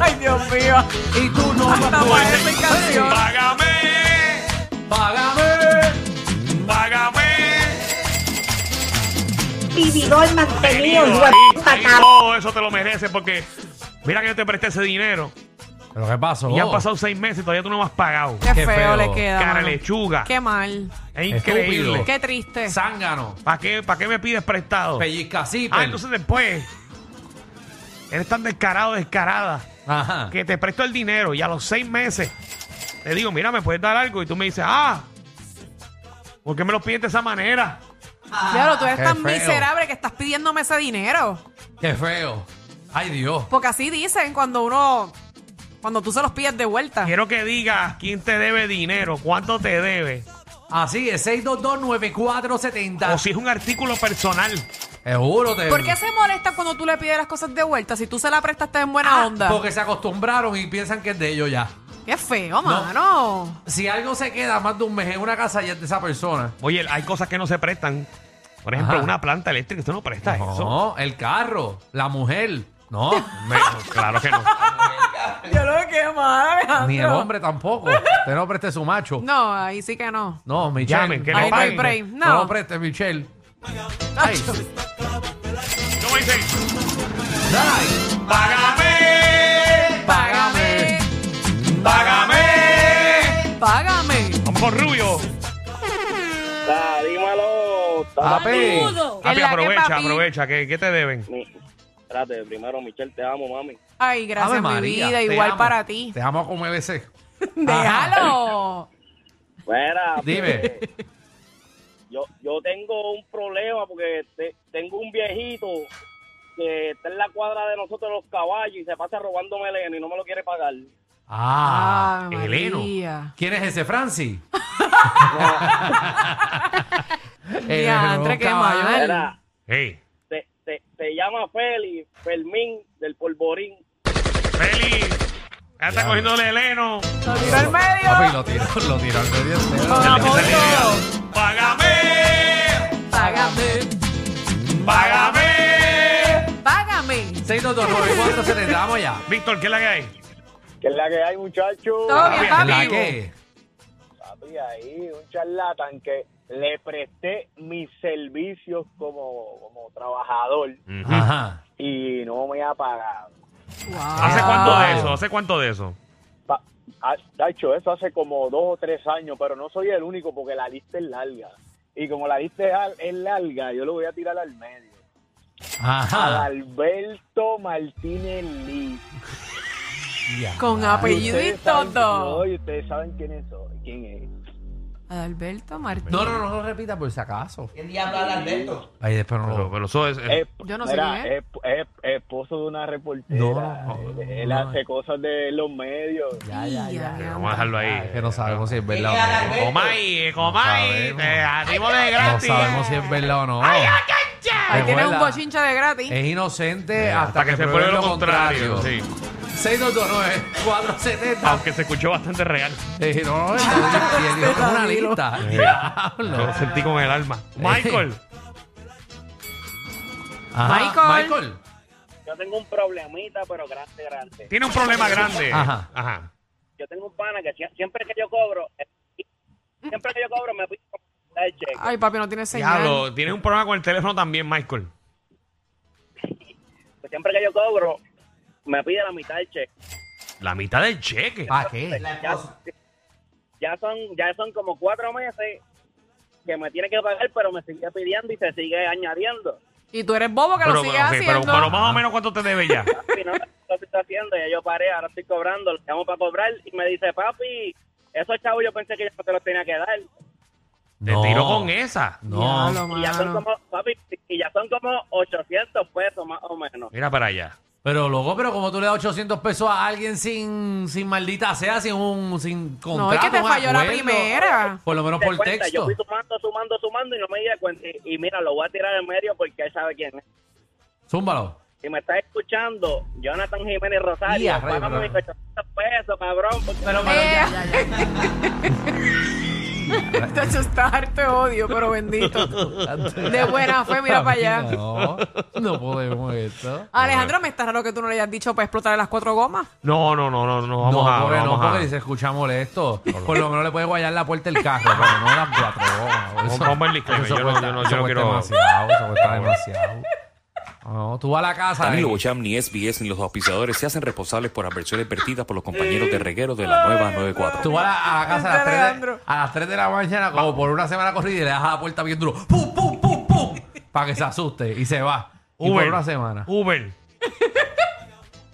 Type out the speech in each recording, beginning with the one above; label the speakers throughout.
Speaker 1: Ay, Dios mío.
Speaker 2: Y tú no vas
Speaker 1: Hasta parece canción.
Speaker 3: Págame,
Speaker 2: Págame.
Speaker 3: págame.
Speaker 4: vividor mantenido, hijo de
Speaker 3: Ahí,
Speaker 4: puta,
Speaker 3: ahí,
Speaker 4: cabrón.
Speaker 3: oh, eso te lo mereces porque mira que yo te presté ese dinero.
Speaker 2: ¿Pero qué pasó?
Speaker 3: Y han pasado seis meses y todavía tú no me has pagado.
Speaker 1: Qué,
Speaker 2: Qué
Speaker 1: feo,
Speaker 2: feo.
Speaker 1: le queda.
Speaker 3: Cara
Speaker 1: mano.
Speaker 3: lechuga.
Speaker 1: Qué mal.
Speaker 3: Es
Speaker 2: Estúpido.
Speaker 3: increíble.
Speaker 1: Qué triste.
Speaker 2: Zángano.
Speaker 3: ¿Para qué, ¿Para qué me pides prestado?
Speaker 2: Pellizca
Speaker 3: Ah, entonces después. Eres tan descarado, descarada.
Speaker 2: Ajá.
Speaker 3: que te presto el dinero y a los seis meses te digo, mira, me puedes dar algo y tú me dices, ah, ¿por qué me lo pides de esa manera?
Speaker 1: Claro, tú eres
Speaker 2: Qué
Speaker 1: tan
Speaker 2: feo.
Speaker 1: miserable que estás pidiéndome ese dinero.
Speaker 2: Qué feo. Ay, Dios.
Speaker 1: Porque así dicen cuando uno. Cuando tú se los pides de vuelta.
Speaker 3: Quiero que digas quién te debe dinero, cuánto te debe,
Speaker 2: Así es, 6229470.
Speaker 3: o si es un artículo personal.
Speaker 2: Seguro te...
Speaker 1: ¿Por qué se molesta cuando tú le pides las cosas de vuelta si tú se la prestaste en buena onda?
Speaker 2: Ah, Porque se acostumbraron y piensan que es de ellos ya.
Speaker 1: Qué feo, mano.
Speaker 2: Si algo se queda más de un mes en una casa, ya es de esa persona.
Speaker 3: Oye, hay cosas que no se prestan. Por ejemplo,
Speaker 2: Ajá.
Speaker 3: una planta eléctrica, tú no prestas eso.
Speaker 2: No, el carro, la mujer. No,
Speaker 3: Me- claro que no.
Speaker 1: Yo lo que mal, Alejandro.
Speaker 2: ni el hombre tampoco. Usted no preste su macho.
Speaker 1: No, ahí sí que no.
Speaker 2: No, Michelle.
Speaker 3: Llamen, que
Speaker 2: no
Speaker 3: le
Speaker 1: Ahí no hay
Speaker 2: preste.
Speaker 1: break.
Speaker 2: No
Speaker 1: No.
Speaker 2: lo preste, Michelle. Ay.
Speaker 3: ¿Cómo dices?
Speaker 2: Ay,
Speaker 3: ¡Págame!
Speaker 2: págame.
Speaker 3: ¡Págame!
Speaker 1: Págame.
Speaker 3: Vamos con Rubio.
Speaker 5: Ah, dímelo.
Speaker 1: Ah.
Speaker 5: está-
Speaker 2: Papi.
Speaker 1: Es
Speaker 3: Papi,
Speaker 1: la que,
Speaker 3: aprovecha,
Speaker 1: papi.
Speaker 3: aprovecha. ¿Qué, qué te deben?
Speaker 5: Mi- Espérate, primero, Michelle, te amo, mami.
Speaker 1: Ay,
Speaker 2: Ave
Speaker 1: gracias, mi
Speaker 2: María,
Speaker 1: vida.
Speaker 2: te
Speaker 1: Igual
Speaker 2: amo.
Speaker 1: para ti.
Speaker 2: Te amo como EBC.
Speaker 1: Déjalo.
Speaker 5: Mira,
Speaker 2: Dime.
Speaker 5: pues, Yo, yo tengo un problema porque te- tengo un viejito que está en la cuadra de nosotros los caballos y se pasa robando meleno y no me lo quiere pagar.
Speaker 2: Ah,
Speaker 1: Ave
Speaker 2: Eleno.
Speaker 1: María.
Speaker 2: ¿Quién es ese, Francis? Eh,
Speaker 1: Diantre, qué mal.
Speaker 5: Mira,
Speaker 3: Hey.
Speaker 5: se, se- se llama Félix Fermín del Polvorín.
Speaker 3: Feli, ya está cogiéndole el heno.
Speaker 1: Lo tiró al medio.
Speaker 2: Papi, lo tiró, lo tiró al medio entero.
Speaker 1: Con apoyo.
Speaker 3: ¡Págame!
Speaker 1: Págame.
Speaker 3: ¡Págame!
Speaker 1: Págame.
Speaker 2: 6229470, vamos ya.
Speaker 3: Víctor, ¿qué es la que hay?
Speaker 5: Que es la que hay, muchacho?
Speaker 1: Todo bien,
Speaker 3: Papi,
Speaker 2: ¿La
Speaker 1: papi.
Speaker 2: qué?
Speaker 5: Papi, ahí, un charlatán que le presté mis servicios como, como trabajador
Speaker 2: Ajá.
Speaker 5: y no me ha pagado.
Speaker 1: Wow.
Speaker 3: ¿Hace cuánto de
Speaker 2: es?
Speaker 3: eso? ¿Hace cuánto de eso?
Speaker 5: Pa- ha, ha hecho eso hace como dos o tres años, pero no soy el único porque la lista es larga. Y como la lista es, al- es larga, yo lo voy a tirar al medio. A
Speaker 2: Ajá.
Speaker 5: Alberto Martínez Lee.
Speaker 2: Ya.
Speaker 1: Con apellido y
Speaker 5: Ustedes saben-
Speaker 1: todo.
Speaker 5: no, y ustedes saben quién es. soy, ¿Quién es?
Speaker 1: Alberto Martínez.
Speaker 2: No, no, no lo repita por si acaso. ¿Quién diablo Alberto? Ay, después no
Speaker 3: Pero,
Speaker 2: lo...
Speaker 3: pero eso es.
Speaker 2: Eh,
Speaker 3: es-
Speaker 5: Es-
Speaker 1: Yo no sé
Speaker 5: mira,
Speaker 1: quién es.
Speaker 5: es- es esposo de una reportera.
Speaker 2: No, no,
Speaker 5: él él
Speaker 2: no.
Speaker 5: hace cosas de los medios.
Speaker 2: Ya, ya, ya.
Speaker 1: Ya.
Speaker 3: vamos a dejarlo
Speaker 2: Ay, que
Speaker 3: ahí.
Speaker 2: no sabemos si es verdad o no.
Speaker 3: Comay, eh, Comay,
Speaker 2: No sabemos.
Speaker 3: te hacemos de
Speaker 2: No
Speaker 3: gratis.
Speaker 2: sabemos si es verdad o no.
Speaker 1: Ahí tienes un
Speaker 2: Recuerda,
Speaker 1: bochincha de gratis.
Speaker 2: Es inocente
Speaker 3: Hasta, que, se pruebe lo contrario. sí.
Speaker 1: Ah.
Speaker 2: 6229470.
Speaker 3: Aunque se escuchó bastante real.
Speaker 2: Eh, no, no, no, y el hijo con una
Speaker 1: Danilo.
Speaker 2: lista.
Speaker 3: Sí.
Speaker 2: Diablo.
Speaker 3: Lo sentí con el alma. Michael,
Speaker 2: Ajá,
Speaker 1: Michael.
Speaker 2: Michael.
Speaker 5: Yo tengo un problemita, pero grande, grande.
Speaker 3: tiene un problema grande.
Speaker 2: Ajá.
Speaker 3: Ajá.
Speaker 5: Yo tengo un pana que sie- siempre que yo cobro, eh, siempre que yo cobro me pido el cheque.
Speaker 1: Ay, papi, no tiene señal.
Speaker 3: Diablo, tienes un problema con el teléfono también, Michael.
Speaker 5: Pues siempre que yo cobro, me pide la mitad del cheque.
Speaker 3: La mitad del cheque.
Speaker 2: ¿Para qué?
Speaker 5: Ya, ya son, ya son como cuatro meses que me tiene que pagar, pero me sigue pidiendo y se sigue añadiendo.
Speaker 1: Y tú eres bobo que lo sigues
Speaker 3: ok, pero-
Speaker 1: haciendo.
Speaker 3: pero más o menos cuánto te debe ya.
Speaker 5: Papi, no, lo estoy haciendo, ya yo paré, ahora estoy cobrando, lo llamo para cobrar y me dice, papi, esos chavos yo pensé que yo no te los tenía que dar.
Speaker 3: Te
Speaker 2: No.
Speaker 3: tiro con esa.
Speaker 2: No.
Speaker 1: Diablo,
Speaker 5: Y ya son
Speaker 1: mano. Eh.
Speaker 5: como, papi, y ya son como 800 pesos más o menos.
Speaker 3: Mira para allá.
Speaker 2: Pero loco, pero como tú le das 800 pesos a alguien sin, sin maldita sea, sin un sin contrato.
Speaker 1: No, es que te
Speaker 2: un
Speaker 1: falló la
Speaker 2: acuerdo,
Speaker 1: primera.
Speaker 2: Por lo menos
Speaker 5: Te
Speaker 2: por
Speaker 5: cuenta, Yo
Speaker 2: texto.
Speaker 5: fui sumando, sumando, sumando y no me di cuenta. Y, y mira, lo voy a tirar en medio porque él sabe quién es.
Speaker 2: Zúmbalo.
Speaker 5: Si me estás escuchando, Jonathan Jiménez Rosario,
Speaker 2: Ya, rayo,
Speaker 5: págame mis
Speaker 2: rayo.
Speaker 5: 800 pesos, cabrón. porque-
Speaker 2: Pero, pero
Speaker 1: Eh.
Speaker 2: ya,
Speaker 1: Te asustar, te odio, pero bendito. De buena fe, mira para allá.
Speaker 2: No, no podemos esto.
Speaker 1: Alejandro, me está raro que tú no le hayas dicho para explotar las cuatro gomas.
Speaker 3: No, no, no, no, no
Speaker 2: No,
Speaker 3: vamos a.
Speaker 2: porque no,
Speaker 3: vamos a-
Speaker 2: porque si se escucha molesto. Por lo menos le puede guayar la puerta del carro, pero no las cuatro.
Speaker 3: Vamos- vamos al disclaimer, yo no- yo no- yo no quiero-
Speaker 2: demasiado, eso cuesta demasiado. No, tú vas a la casa.
Speaker 4: Danilo
Speaker 2: eh.
Speaker 4: Bocham, ni SBS, ni los auspiciadores se hacen responsables por adversiones vertidas por los compañeros de reguero de la nueva 94.
Speaker 2: Tú vas a la, a la casa a las,
Speaker 1: Este
Speaker 2: 3 de,
Speaker 1: Alejandro.
Speaker 2: a las 3 de la mañana, como por una semana corrida, y le das a la puerta bien duro. ¡Pum, pum, pum, pum! Para que se asuste y se va. Y por
Speaker 3: Uber.
Speaker 2: una semana.
Speaker 3: Uber.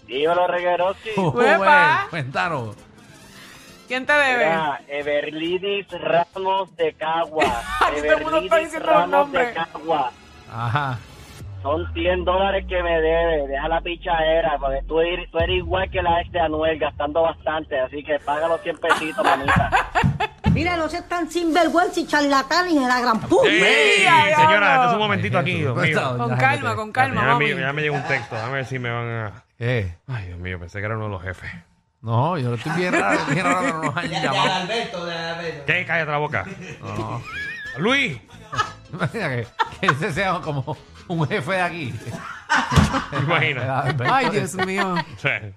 Speaker 5: Dímelo, Reguerosi.
Speaker 2: Uber,
Speaker 1: Uepa.
Speaker 2: Cuéntanos.
Speaker 1: ¿Quién te debe?
Speaker 5: Mira, Everlidis Ramos de Cagua.
Speaker 1: Aquí todo el mundo está
Speaker 5: Everlidis
Speaker 1: diciendo los
Speaker 5: Ramos de
Speaker 1: nombres.
Speaker 5: Cagua.
Speaker 2: Ajá.
Speaker 5: Son 100 dólares que me debe. Deja la pichadera, porque tú eres, tú eres igual que la ex de Anuel, gastando bastante. Así que paga los 100 pesitos, mamita.
Speaker 6: Mira, no seas tan sinvergüenza y charlatanes en la gran puta.
Speaker 3: ¡Ey!
Speaker 1: diablo!
Speaker 3: Señora, este es un momentito aquí, Dios
Speaker 2: Cuéntanos,
Speaker 3: mío.
Speaker 2: doña
Speaker 1: Con
Speaker 2: Jete.
Speaker 1: calma, con calma,
Speaker 3: Ya
Speaker 1: mami.
Speaker 3: me, ya me llegó un texto, a ver si me van a.
Speaker 2: Eh,
Speaker 3: Ay, Dios mío, pensé que era uno de los jefes.
Speaker 2: no, yo estoy bien raro, bien raro que no nos hayan llamado.
Speaker 3: ¿Qué? Cállate la boca. Luis,
Speaker 2: Imagina que, que ese sea como un jefe de aquí.
Speaker 3: imagina.
Speaker 1: Ay, Dios mío.
Speaker 3: O sea,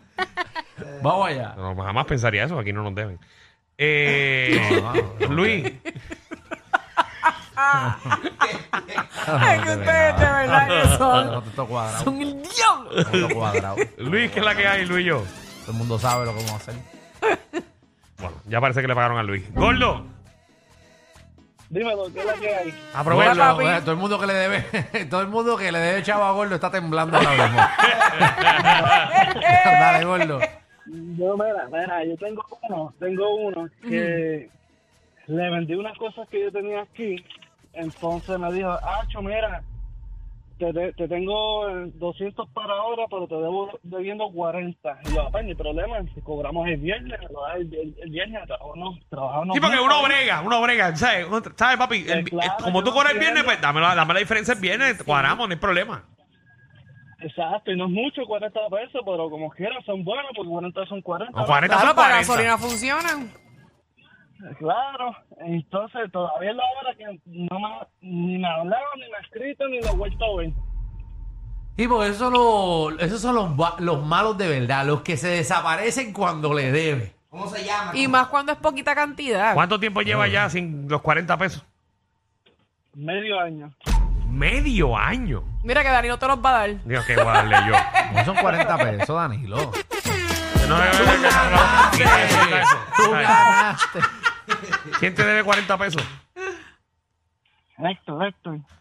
Speaker 2: Vamos allá.
Speaker 3: no, jamás pensaría eso, aquí no nos deben. Eh,
Speaker 2: No, no, no.
Speaker 3: Luis,
Speaker 1: Es que ustedes de verdad que son,
Speaker 2: No te toco cuadrado.
Speaker 1: son el diablo.
Speaker 2: No te toco cuadrado.
Speaker 3: Luis, ¿qué es la que hay, Luis y yo?
Speaker 2: Todo el mundo sabe lo que vamos a hacer.
Speaker 3: Bueno, ya parece que le pagaron a Luis. Gordo,
Speaker 5: Dímelo, ¿qué es la que hay?
Speaker 2: Gordo,
Speaker 3: aprovecha.
Speaker 2: eh, todo el mundo que le debe, todo el mundo que le debe chavo a Gordo está temblando ahora mismo. Dale, Gordo.
Speaker 5: Yo, mira, mira, yo tengo uno, tengo uno que le vendí unas cosas que yo tenía aquí, entonces me dijo, Acho, mira, te, te, te tengo eh, 200 para ahora, pero te debo debiendo 40. Y yo, "Ah, pues, ni problema, si cobramos el viernes, me lo das el, el- el viernes, trabajamos, trabajamos.
Speaker 3: Sí, porque
Speaker 5: juntos".
Speaker 3: uno brega, uno brega, ¿sabes? Uno- ¿Sabes, papi? El-
Speaker 5: Eh, claro,
Speaker 3: el- como
Speaker 5: yo
Speaker 3: tú
Speaker 5: no
Speaker 3: cobras el viernes, pues
Speaker 5: entiendo.
Speaker 3: dame la, dame la diferencia el viernes, cuadramos, no hay problema.
Speaker 5: Exacto, y no es mucho, 40 pesos, pero como quieras, son buenos, porque 40 son 40.
Speaker 3: O 40
Speaker 1: Claro,
Speaker 3: son
Speaker 1: para
Speaker 3: 40.
Speaker 1: gasolina funcionan.
Speaker 5: Claro, entonces todavía es la hora que no me, ni me hablaba, ni me ha escrito, ni lo he vuelto a ver.
Speaker 2: Y porque esos son, los, esos son los, va- los malos de verdad, los que se desaparecen cuando le debe.
Speaker 1: Y más cuando es poquita cantidad.
Speaker 3: ¿Cuánto tiempo lleva ya sin los 40 pesos?
Speaker 5: Medio año.
Speaker 3: Medio año.
Speaker 1: Mira que Dani no te los va a dar.
Speaker 3: Digo, ¿qué voy a darle yo?
Speaker 2: No son 40 pesos, Danilo.
Speaker 3: Yo no- yo no- yo no- ¿Quién te debe eso?
Speaker 2: Tú ganaste.
Speaker 3: ¿Quién te debe 40 pesos?
Speaker 5: Héctor, Héctor.
Speaker 3: Esto.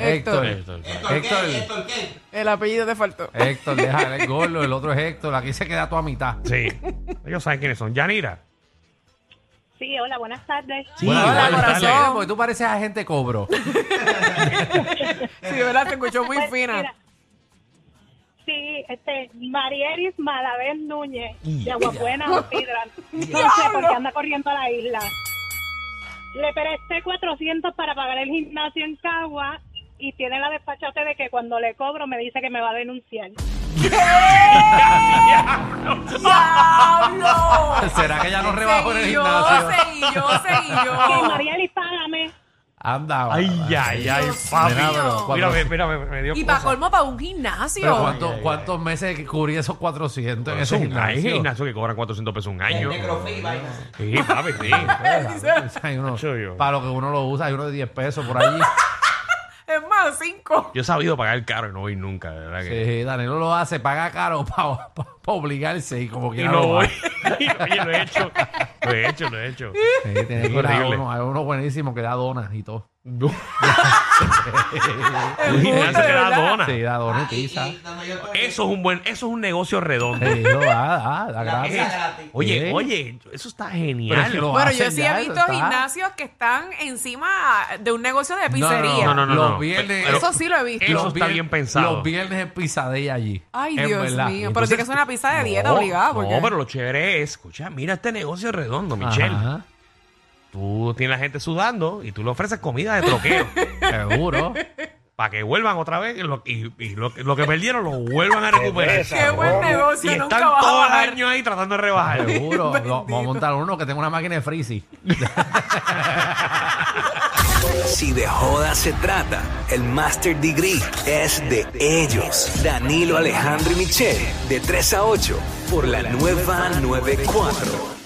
Speaker 2: Héctor.
Speaker 3: Héctor.
Speaker 2: Héctor,
Speaker 1: El apellido te faltó.
Speaker 2: Héctor, déjale el Gordo, el otro es Héctor, aquí se queda tú a mitad.
Speaker 3: Sí. Ellos saben quiénes son. Yanira.
Speaker 7: Sí, hola, buenas tardes.
Speaker 2: Bueno,
Speaker 1: hola,
Speaker 2: dale, dale,
Speaker 1: corazón.
Speaker 2: Porque tú pareces agente cobro.
Speaker 1: Sí, de verdad, te escuchó muy
Speaker 7: Pues,
Speaker 1: fina.
Speaker 7: mira, Sí, este, Marieris Malavé Núñez, de Aguabuena, Ortidra. No sé por qué anda corriendo a la isla. Le presté 400 para pagar el gimnasio en Cagua y tiene la despachate de que cuando le cobro me dice que me va a denunciar.
Speaker 1: ¡Diablo!
Speaker 2: ¿Será que ya no rebajó en el
Speaker 1: Seguí yo,
Speaker 2: gimnasio?
Speaker 1: Seguí yo, seguí
Speaker 7: Que
Speaker 1: yo.
Speaker 7: Marieris, págame.
Speaker 2: Anda, va,
Speaker 3: Ay,
Speaker 2: va.
Speaker 3: ay, ay,
Speaker 1: Dios
Speaker 3: papi.
Speaker 2: mío.
Speaker 3: Mira, mira, mira, me, me dio
Speaker 1: Y para
Speaker 3: cosa.
Speaker 1: colmo, para un gimnasio.
Speaker 2: Pero ¿cuánto- ¿cuántos meses que cubrí esos 400 en
Speaker 3: Es un
Speaker 2: ese
Speaker 3: año. Hay
Speaker 2: gimnasio?
Speaker 3: gimnasio que cobran 400 pesos un año. Sí, papi, sí.
Speaker 2: Hay uno-
Speaker 3: Macho, yo.
Speaker 2: para lo que uno lo usa, hay uno de 10 pesos por allí.
Speaker 1: Es más, cinco.
Speaker 3: Yo he sabido pagar caro y no voy nunca, de verdad que.
Speaker 2: Sí, Danilo lo hace, paga caro para obligarse y como
Speaker 3: Y
Speaker 2: quiera
Speaker 3: no
Speaker 2: lo
Speaker 3: voy.
Speaker 2: hace.
Speaker 3: Oye, lo he hecho. Lo he hecho, lo he hecho.
Speaker 2: Sí, tiene
Speaker 3: Es
Speaker 2: que ir a
Speaker 3: horrible.
Speaker 2: uno, hay uno buenísimo que da donas y todo.
Speaker 3: Uy,
Speaker 1: Embuste,
Speaker 3: eso que da
Speaker 1: ¿verdad?
Speaker 3: dona.
Speaker 2: Sí, da donetiza.
Speaker 3: Eso es un buen, eso es un negocio redondo.
Speaker 2: Sí, no, da, da, da
Speaker 3: Eh,
Speaker 2: gracias.
Speaker 3: oye,
Speaker 2: Sí.
Speaker 3: oye, eso está
Speaker 2: Pero
Speaker 3: genial.
Speaker 2: es que lo
Speaker 1: Bueno, yo
Speaker 2: hacen
Speaker 1: sí
Speaker 2: ya,
Speaker 1: he
Speaker 2: eso
Speaker 1: visto
Speaker 2: está-
Speaker 1: gimnasios que están encima de un negocio de pizzería.
Speaker 3: no, no, no,
Speaker 2: Los
Speaker 3: no.
Speaker 2: viernes.
Speaker 3: Pero-
Speaker 1: Eso sí lo he visto.
Speaker 3: Eso
Speaker 2: los
Speaker 3: está
Speaker 2: vier-
Speaker 3: bien pensado.
Speaker 2: Los viernes es pisadilla allí.
Speaker 1: Ay,
Speaker 2: En
Speaker 1: Dios
Speaker 2: verdad.
Speaker 1: mío. Pero
Speaker 2: Entonces-
Speaker 1: tiene que ser una pizza de dieta
Speaker 3: No,
Speaker 1: obligada. Porque...
Speaker 3: No, pero lo chévere es, escucha, mira este negocio redondo, Michelle.
Speaker 2: Ajá,
Speaker 3: Tú tienes la gente sudando y tú le ofreces comida de troqueo
Speaker 2: Seguro.
Speaker 3: para que vuelvan otra vez y, lo, y- y lo que- lo que perdieron lo vuelvan a recuperar.
Speaker 1: Qué buen
Speaker 3: y
Speaker 1: negocio,
Speaker 3: están
Speaker 1: nunca va a
Speaker 3: todo el
Speaker 1: bajar.
Speaker 3: año ahí tratando de rebajar.
Speaker 2: Seguro. Lo-
Speaker 1: Bendito.
Speaker 2: Vamos a montar uno que tenga una máquina de freezy.
Speaker 7: Si de joda se trata, el Master Degree es de ellos. Danilo Alejandro y Michelle, de 3 a 8, por la nueva 94.